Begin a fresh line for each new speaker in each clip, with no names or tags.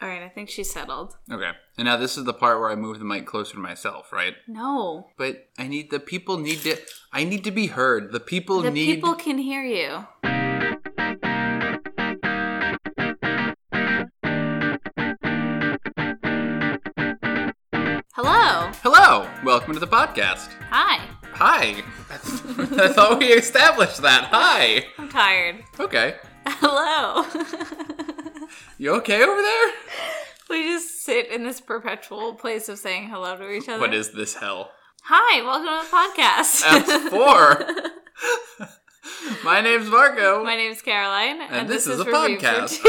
right, I think she's settled.
Okay. And now this is the part where I move the mic closer to myself, right?
No.
But I need the people need to I need to be heard. The people
the
need
people can hear you. Hello.
Hello. Welcome to the podcast.
Hi.
Hi. I thought we established that. Hi.
I'm tired.
Okay.
Hello.
You okay over there?
we just sit in this perpetual place of saying hello to each other.
What is this hell?
Hi, welcome to the
That's
podcast.
four. My name's Marco.
My name's Caroline, and,
this is a
Review for
podcast.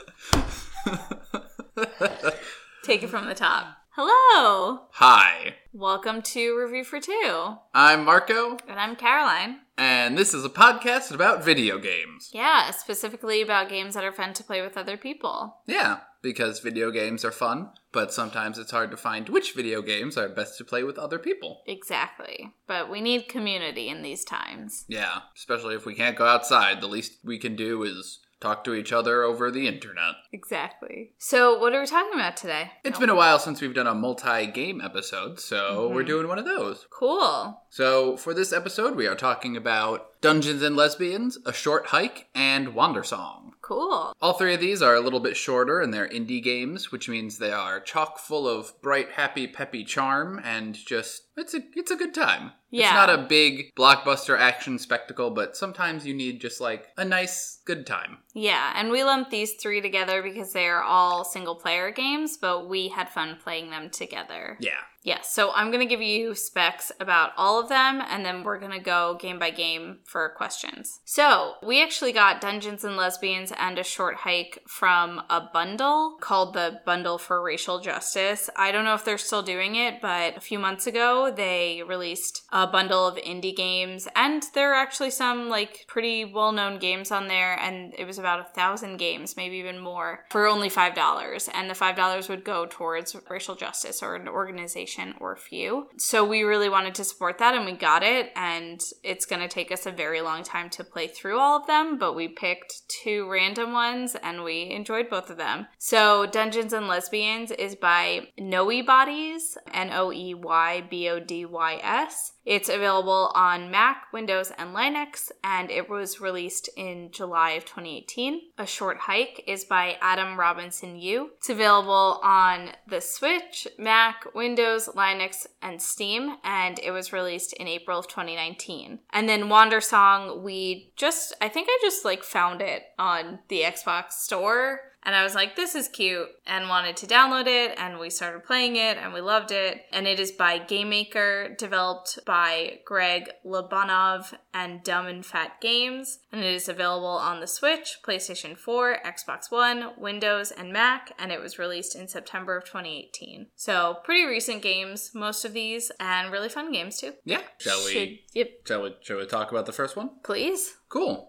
Two. Fuck. Take it from the top. Hello.
Hi.
Welcome to Review for Two,
I'm Marco,
and I'm Caroline.
and this is a podcast about video games.
Yeah, specifically about games that are fun to play with other people.
Yeah, because video games are fun, but sometimes it's hard to find which video games are best to play with other people.
Exactly. But we need community in these times.
Yeah, especially if we can't go outside, the least we can do is talk to each other over the internet.
Exactly. So, what are we talking about today?
It's
It's
been a while since we've done a multi game episode, so we're doing one of those.
cool.
So, for this episode, we are talking about Dungeons and Lesbians, A Short Hike, and Wander Song.
Cool.
All three of these are a little bit shorter and they're indie games, which means they are chock full of bright, happy, peppy charm and just it's a it's a good time. It's
Yeah.
not a big blockbuster action spectacle, but sometimes you need just like a nice good time.
Yeah, and we lumped these three together because they are all single player games, but we had fun playing them together.
Yeah.
Yeah, so I'm going to give you specs about all of them, and then we're going to go game by game for questions. So, we actually got Dungeons and Lesbians and a short hike from a bundle called the Bundle for Racial Justice. I don't know if they're still doing it, but a few months ago they released a bundle of indie games, and there are actually some like pretty well known games on there, and it was about a thousand games, maybe even more, for only $5. And the $5 would go towards racial justice or an organization or few. So we really wanted to support that and we got it. And it's going to take us a very long time to play through all of them, but we picked two random ones and we enjoyed both of them. So Dungeons and Lesbians is by Noe Bodies, N O E Y B O D Y S. It's available on Mac, Windows, and Linux, and it was released in July of 2018. A Short Hike is by Adam Robinson Yu. It's available on the Switch, Mac, Windows, Linux, and Steam, and it was released in April of 2019. And then Wander Song, we just, I think I just like found it on the Xbox store. And I was like, this is cute, and wanted to download it. And we started playing it, and we loved it. And it is by Game Maker, developed by Greg Lobanov and Dumb and Fat Games. And it is available on the Switch, PlayStation 4, Xbox One, Windows, and Mac. And it was released in September of 2018. So, pretty recent games, most of these, and really fun games too.
Yeah. Shall we
Should- yep.
shall we shall we talk about the first one?
Please.
Cool.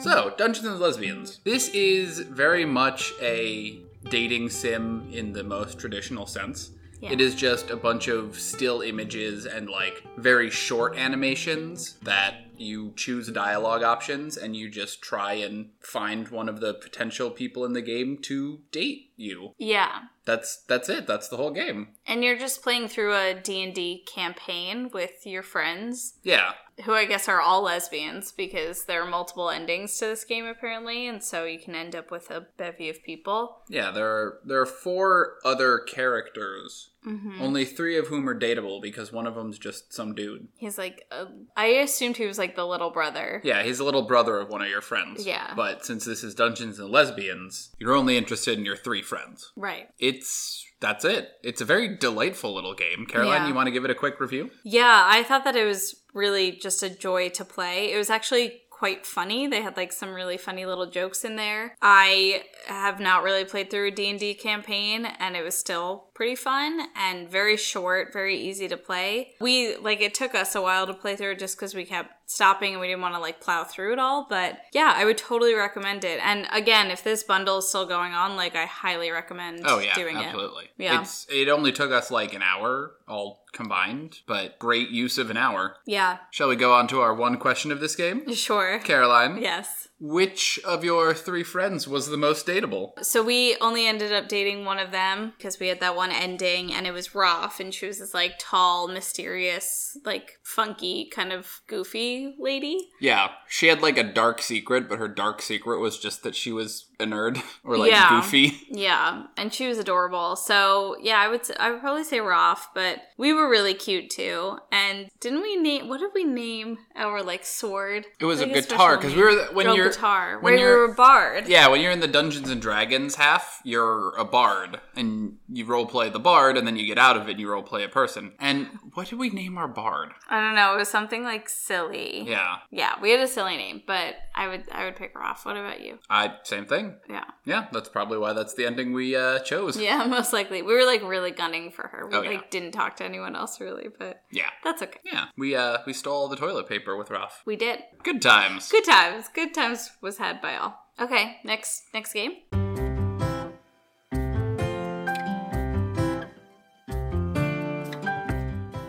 So, Dungeons and Lesbians. This is very much a dating sim in the most traditional sense.
Yeah.
It is just a bunch of still images and like very short animations that you choose dialogue options and you just try and find one of the potential people in the game to date you.
Yeah.
That's that's it. That's the whole game.
And you're just playing through a D&D campaign with your friends.
Yeah.
who I guess are all lesbians because there are multiple endings to this game apparently, and so you can end up with a bevy of people.
Yeah, there are there are four other characters,
Mm-hmm.
only three of whom are dateable because one of them's just some dude.
He's like, uh, I assumed he was like the little brother.
Yeah, he's a little brother of one of your friends.
Yeah.
but since this is Dungeons and Lesbians, you're only interested in your three friends.
Right.
It's that's it. It's a very delightful little game. Caroline,
Yeah.
you want to give it a quick review?
Yeah, I thought that it was really just a joy to play. It was actually quite funny. They had like some really funny little jokes in there. I have not really played through a D&D campaign and it was still pretty fun and very short, very easy to play. We like it took us a while to play through just cuz we kept stopping and we didn't want to like plow through it all. But yeah, I would totally recommend it. And again, if this bundle is still going on, like I highly recommend
Oh yeah,
doing it.
absolutely.
Yeah.
It's it only took us like an hour all combined, but great use of an hour.
Yeah,
Shall we go on to our one question of this game?
sure.
Caroline,
Yes.
which of your three friends was the most dateable?
So we only ended up dating one of them because we had that one ending and it was Roth and she was this like tall, mysterious, like funky, kind of goofy lady.
Yeah, she had like a dark secret, but her dark secret was just that she was a nerd or like
Yeah.
goofy.
Yeah, and she was adorable. So yeah, I would s- I would probably say Roth, but we were really cute too. And didn't we name what did we name our like sword?
It was
Like
a guitar
special
because
name.
we were when
Oh,
you're
guitar
when
when you
you're-
were bard.
yeah when you're in the Dungeons and Dragons half, you're a bard and you role play the bard, and then you get out of it and you role play a person. And what did we name our bard?
I don't know. It was something like silly.
Yeah,
Yeah, we had a silly name, but I would I would pick Roth. What about you?
I same thing.
Yeah.
Yeah, that's probably why that's the ending we uh, chose.
Yeah, most likely. We were like really gunning for her. We
Oh, yeah.
like didn't talk to anyone else really, but
yeah,
that's okay.
Yeah. We uh we stole the toilet paper with Ralph.
We did.
Good times.
Good times. Good times was had by all. Okay, next next game.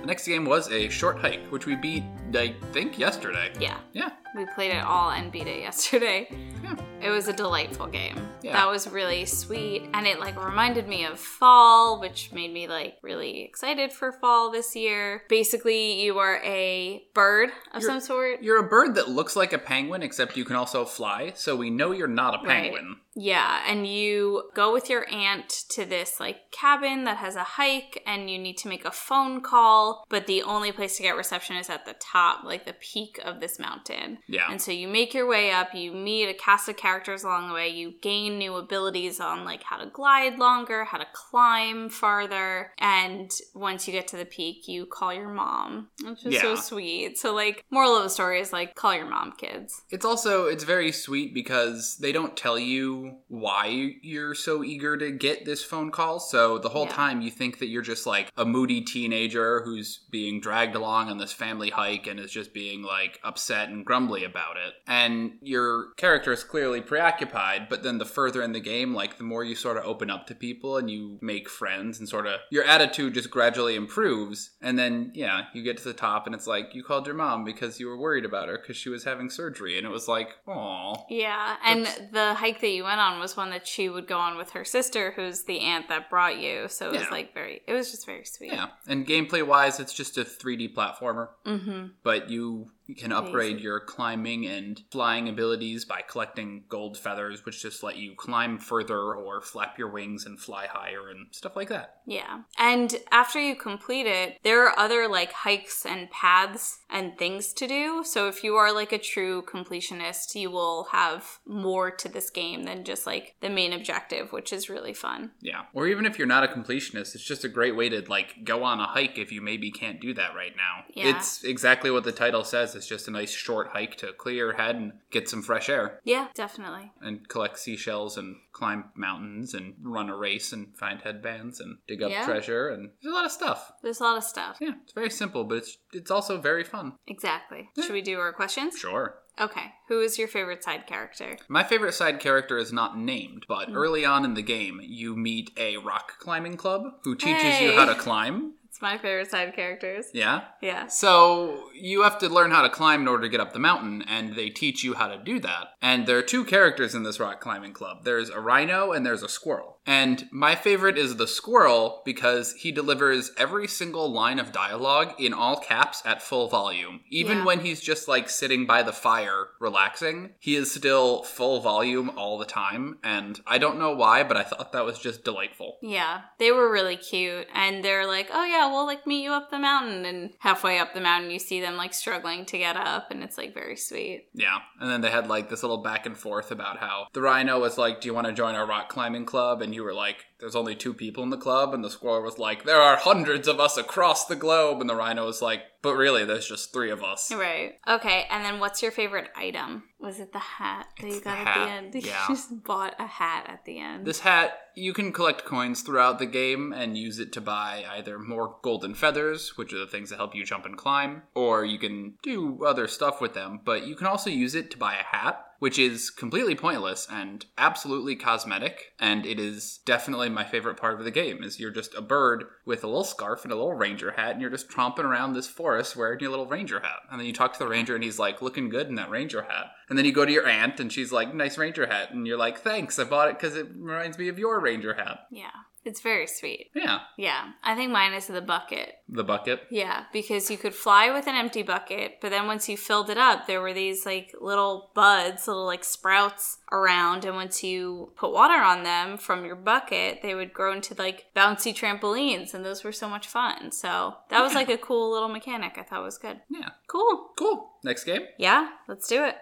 The next game was a short hike, which we beat I think yesterday.
Yeah.
Yeah.
We played it all and beat it yesterday.
Yeah.
It was a delightful game.
Yeah.
That was really sweet. And it like reminded me of fall, which made me like really excited for fall this year. Basically, you are a bird of
You're-
some sort.
You're a bird that looks like a penguin, except you can also fly, so we know you're not a
Right.
penguin.
Yeah, and you go with your aunt to this like cabin that has a hike and you need to make a phone call, but the only place to get reception is at the top, like the peak of this mountain.
Yeah.
And so you make your way up, you meet a cast of characters along the way, you gain new abilities on like how to glide longer, how to climb farther, and once you get to the peak, you call your mom, which is so
Yeah.
sweet. So like moral of the story is like call your mom, kids.
It's also it's very sweet because they don't tell you why you're so eager to get this phone call. So the whole
Yeah.
time you think that you're just like a moody teenager who's being dragged along on this family hike and is just being like upset and grumbly about it. And your character is clearly preoccupied, but then the further in the game, like the more you sort of open up to people and you make friends and sort of your attitude just gradually improves. And then yeah, you get to the top and it's like you called your mom because you were worried about her because she was having surgery and it was like, "Aw."
Yeah, and
That's-
the hike that you went on was one that she would go on with her sister, who's the aunt that brought you. So it was
Yeah.
like very, it was just very sweet.
Yeah, and gameplay wise, it's just a 3D platformer,
hmm
but you can upgrade your climbing and flying abilities by collecting gold feathers, which just let you climb further or flap your wings and fly higher and stuff like that.
Yeah. And after you complete it, there are other like hikes and paths and things to do. So if you are like a true completionist, you will have more to this game than just like the main objective, which is really fun.
Yeah, or even if you're not a completionist, it's just a great way to like go on a hike if you maybe can't do that right now.
Yeah.
It's exactly what the title says. It's just a nice short hike to clear your head and get some fresh air.
Yeah, definitely.
and collect seashells and climb mountains and run a race and find headbands and dig up
Yeah.
treasure and there's a lot of stuff.
There's a lot of stuff.
Yeah, it's very simple, but it's it's also very fun.
Exactly.
Yeah.
Should we do our questions?
Sure.
Okay. Who is your favorite side character?
My favorite side character is not named, but early on in the game, you meet a rock climbing club who teaches
Hey.
you how to climb.
It's my favorite side characters.
Yeah.
Yeah.
So you have to learn how to climb in order to get up the mountain, and they teach you how to do that. And there are two characters in this rock climbing club. There's a rhino and there's a squirrel. And my favorite is the squirrel because he delivers every single line of dialogue in all caps at full volume. Even
Yeah.
when he's just like sitting by the fire relaxing, he is still full volume all the time. And I don't know why, but I thought that was just delightful.
Yeah, they were really cute, and they're like, "Oh yeah, we'll like meet you up the mountain." And halfway up the mountain, you see them like struggling to get up, and it's like very sweet.
Yeah. And then they had like this little back and forth about how the rhino was like, Do you want to join our rock climbing club? And you were like, There's only two people in the club. And the squirrel was like, There are hundreds of us across the globe. And the rhino was like, But really, there's just three of us.
Right. Okay. And then what's your favorite item? Was it the hat that
It's
you
the
got at
hat,
the end?
yeah.
You just bought a hat at the end.
This hat, you can collect coins throughout the game and use it to buy either more golden feathers, which are the things that help you jump and climb, or you can do other stuff with them, but you can also use it to buy a hat. Which is completely pointless and absolutely cosmetic, and it is definitely my favorite part of the game. Is you're just a bird with a little scarf and a little ranger hat, and you're just tromping around this forest wearing your little ranger hat. And then you talk to the ranger, and he's like, "Looking good in that ranger hat." And then you go to your aunt, and she's like, "Nice ranger hat," and you're like, "Thanks, I bought it because it reminds me of your ranger hat."
yeah. It's very sweet.
Yeah,
Yeah. I think mine is the bucket.
the bucket.
Yeah, because you could fly with an empty bucket, but then once you filled it up, there were these like little buds, little like sprouts around. And once you put water on them from your bucket, they would grow into like bouncy trampolines. And those were so much fun. So that was like a cool little mechanic I thought was good.
Yeah,
Cool.
cool. Next game.
Yeah, let's do it.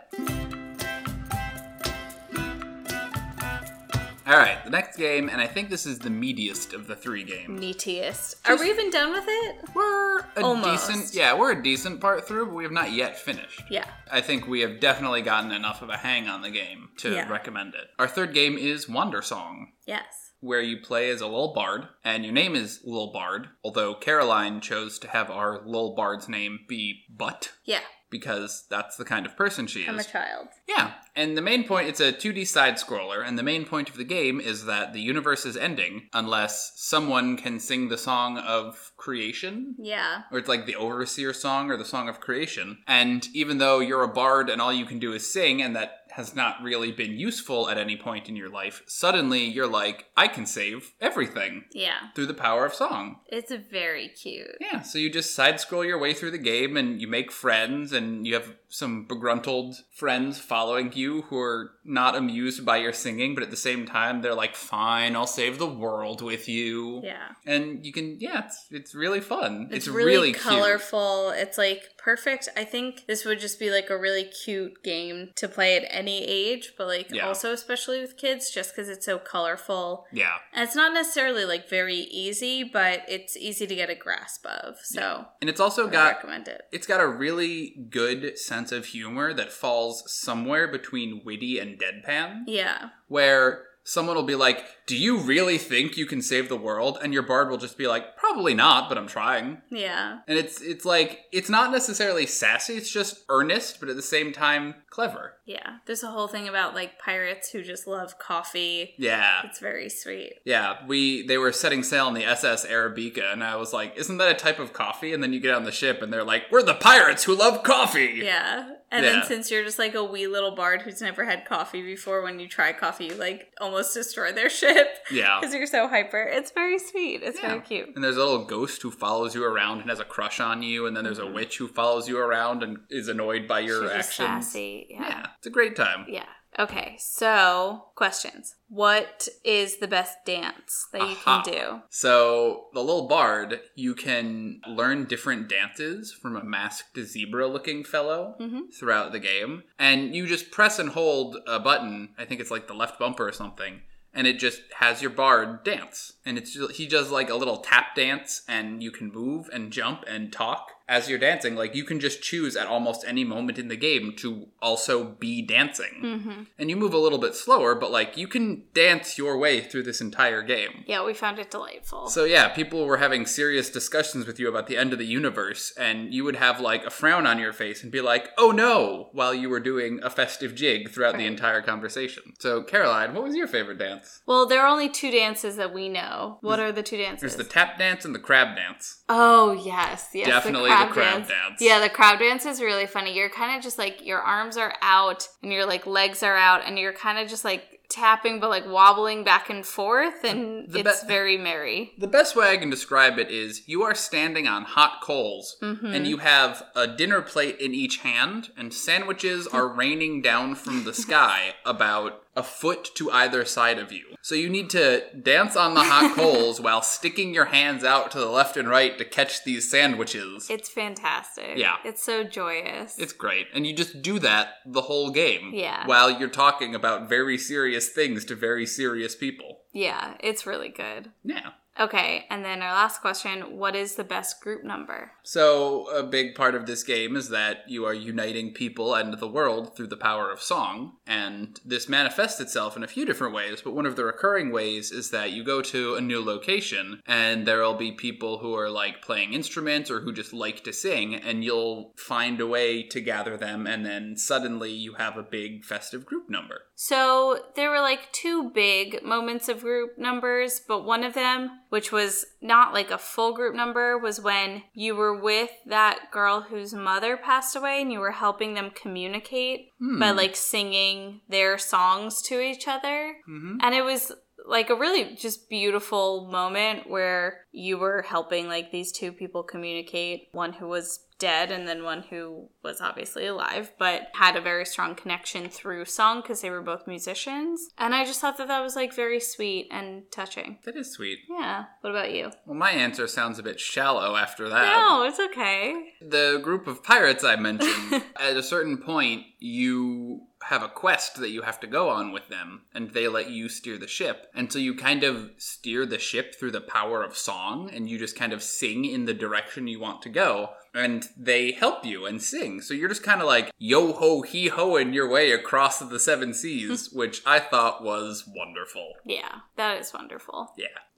All right, the next game, and I think this is the meatiest of the three games.
Neatiest. Are we even done with it?
We're a
Almost.
decent, yeah, we're a decent part through, but we have not yet finished.
Yeah.
I think we have definitely gotten enough of a hang on the game to
Yeah.
recommend it. Our third game is Wander Song,
Yes.
where you play as a Lil Bard, and your name is Lil Bard, although Caroline chose to have our Lil Bard's name be Butt,
Yeah,
because that's the kind of person she is.
child.
Yeah, and the main point it's a 2D side scroller, and the main point of the game is that the universe is ending unless someone can sing the song of creation.
Yeah.
Or it's like the Overseer song or the Song of Creation. And even though you're a bard and all you can do is sing, and that has not really been useful at any point in your life, suddenly you're like, I can save everything
Yeah.
through the power of song.
It's very cute.
Yeah, so you just side scroll your way through the game and you make friends and you have some begruntled friends following you who are not amused by your singing, but at the same time they're like, "Fine, I'll save the world with you."
Yeah.
And you can yeah, it's it's really fun.
It's,
It's,
really,
cute.
colorful. It's like perfect. I think this would just be like a really cute game to play at any age, but like
Yeah.
also especially with kids just cuz it's so colorful.
Yeah.
And it's not necessarily like very easy, but it's easy to get a grasp of. So,
And it's also
I
got
recommend it.
it's got a really good sense of humor that falls somewhere between witty and deadpan.
Yeah.
where someone will be like, "Do you really think you can save the world?" and your bard will just be like, "Probably not, but I'm trying."
Yeah.
And it's it's like it's not necessarily sassy, it's just earnest, but at the same time clever.
Yeah. There's a whole thing about like pirates who just love coffee.
Yeah.
It's very sweet.
Yeah, we they were setting sail on the SS Arabica and I was like, "Isn't that a type of coffee?" And then you get on the ship and they're like, "We're the pirates who love coffee."
Yeah. And
Yeah.
then since you're just like a wee little bard who's never had coffee before, when you try coffee, you like almost destroy their ship
Yeah.
because you're so hyper. It's very sweet. It's
Yeah.
very cute.
And there's a little ghost who follows you around and has a crush on you, and then there's a witch who follows you around and is annoyed by your
Mm-hmm. She's just
actions.
sassy. Yeah.
Yeah, it's a great time.
yeah. Okay. So, questions. What is the best dance that you
Aha.
can do?
So, the little bard, you can learn different dances from a masked zebra looking fellow
Mhm.
throughout the game. And you just press and hold a button. I think it's like the left bumper or something. And it just has your bard dance. And it's just, he does like a little tap dance, and you can move and jump and talk as you're dancing. Like, you can just choose at almost any moment in the game to also be dancing.
hmm
And you move a little bit slower, but like, you can dance your way through this entire game.
Yeah, we found it delightful.
So yeah, people were having serious discussions with you about the end of the universe, and you would have like a frown on your face and be like, "Oh no!" while you were doing a festive jig throughout the
Right.
entire conversation. So Caroline, what was your favorite dance?
well, there are only two dances that we know. What are the two dances?
There's the tap dance and the crab dance.
Oh yes, yes.
Definitely the crab dance.
Yeah, the crab dance is really funny. You're kind of just like your arms are out and your like legs are out and you're kind of just like tapping but like wobbling back and forth and
The
it's
be-
very merry.
The best way I can describe it is you are standing on hot coals
Mhm.
and you have a dinner plate in each hand and sandwiches are raining down from the sky about a foot to either side of you. So you need to dance on the hot coals while sticking your hands out to the left and right to catch these sandwiches.
It's fantastic.
Yeah.
It's so joyous.
It's great. And you just do that the whole game
Yeah.
while you're talking about very serious things to very serious people.
yeah, it's really good.
Yeah.
Okay, and then our last question What is the best group number?
So, a big part of this game is that you are uniting people and the world through the power of song, and this manifests itself in a few different ways, but one of the recurring ways is that you go to a new location and there'll be people who are like playing instruments or who just like to sing, and you'll find a way to gather them, and then suddenly you have a big festive group number.
So there were like two big moments of group numbers, but one of them, which was not like a full group number, was when you were with that girl whose mother passed away and you were helping them communicate
Hmm.
by like singing their songs to each other.
Mhm.
And it was like a really just beautiful moment where you were helping like these two people communicate one who was dead and then one who was obviously alive but had a very strong connection through song because they were both musicians and i just thought that that was like very sweet and touching
That is sweet.
yeah what about you
Well, my answer sounds a bit shallow after that.
no it's okay
the group of pirates I mentioned, at a certain point, you have a quest that you have to go on with them, and they let you steer the ship. And so you kind of steer the ship through the power of song, and you just kind of sing in the direction you want to go. And they help you and sing. So you're just kind of like yo ho hee ho in your way across the seven seas, which I thought was wonderful.
yeah that is wonderful
Yeah.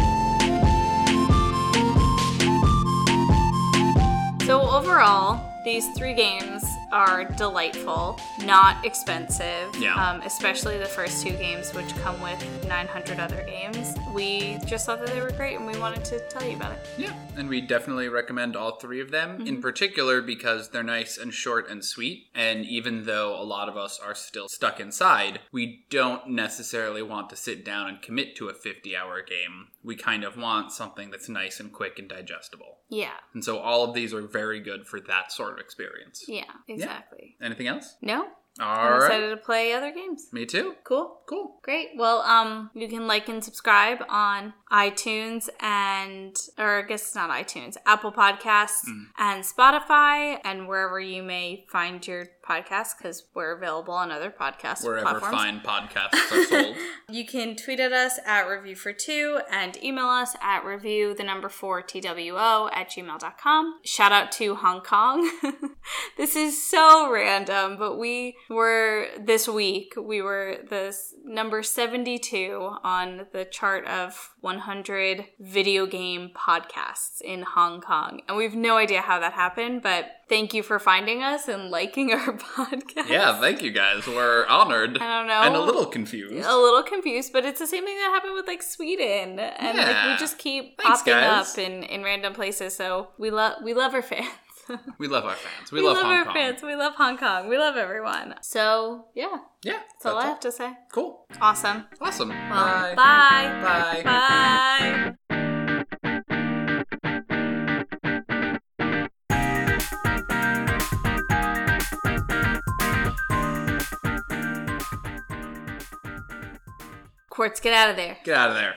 Yeah. So, overall, these three games are delightful, not expensive,
Yeah.
um, especially the first two games, which come with 900 other games. We just thought that they were great and we wanted to tell you about it.
Yeah, and we definitely recommend all three of them
Mm-hmm.
in particular because they're nice and short and sweet. And even though a lot of us are still stuck inside, we don't necessarily want to sit down and commit to a 50 hour game. We kind of want something that's nice and quick and digestible.
Yeah,
And so all of these are very good for that sort of experience.
yeah, exactly.
Anything else?
No?
All
I'm
right.
excited to play other games.
Me too.
Cool.
Cool.
Great. Well, um, you can like and subscribe on iTunes and, or I guess it's not iTunes, Apple Podcasts
Mm.
and Spotify and wherever you may find your podcast because we're available on other podcast
Wherever
platforms.
fine podcasts are sold.
You can tweet at us at review for two and email us at review the number four TWO at gmail.com. Shout out to Hong Kong. this is so random, but we were this week, we were this number 72 on the chart of 100 video game podcasts in Hong Kong. And we've no idea how that happened, but thank you for finding us and liking our podcast.
yeah, thank you guys. We're honored
I don't know Oh.
and a little confused.
a little confused, but it's the same thing that happened with like Sweden, and like
Yeah.
we just keep
Thanks,
popping
guys.
up in in random places. So we love we love our fans.
We love our fans. We, love, Hong
our
Kong.
fans. We love Hong Kong. We love everyone. So yeah, that's,
Yeah.
all
that's
I
all.
have to say.
Cool.
Awesome.
Awesome.
Well,
Bye.
Bye. Bye. Quartz, get out of there.
Get out of there.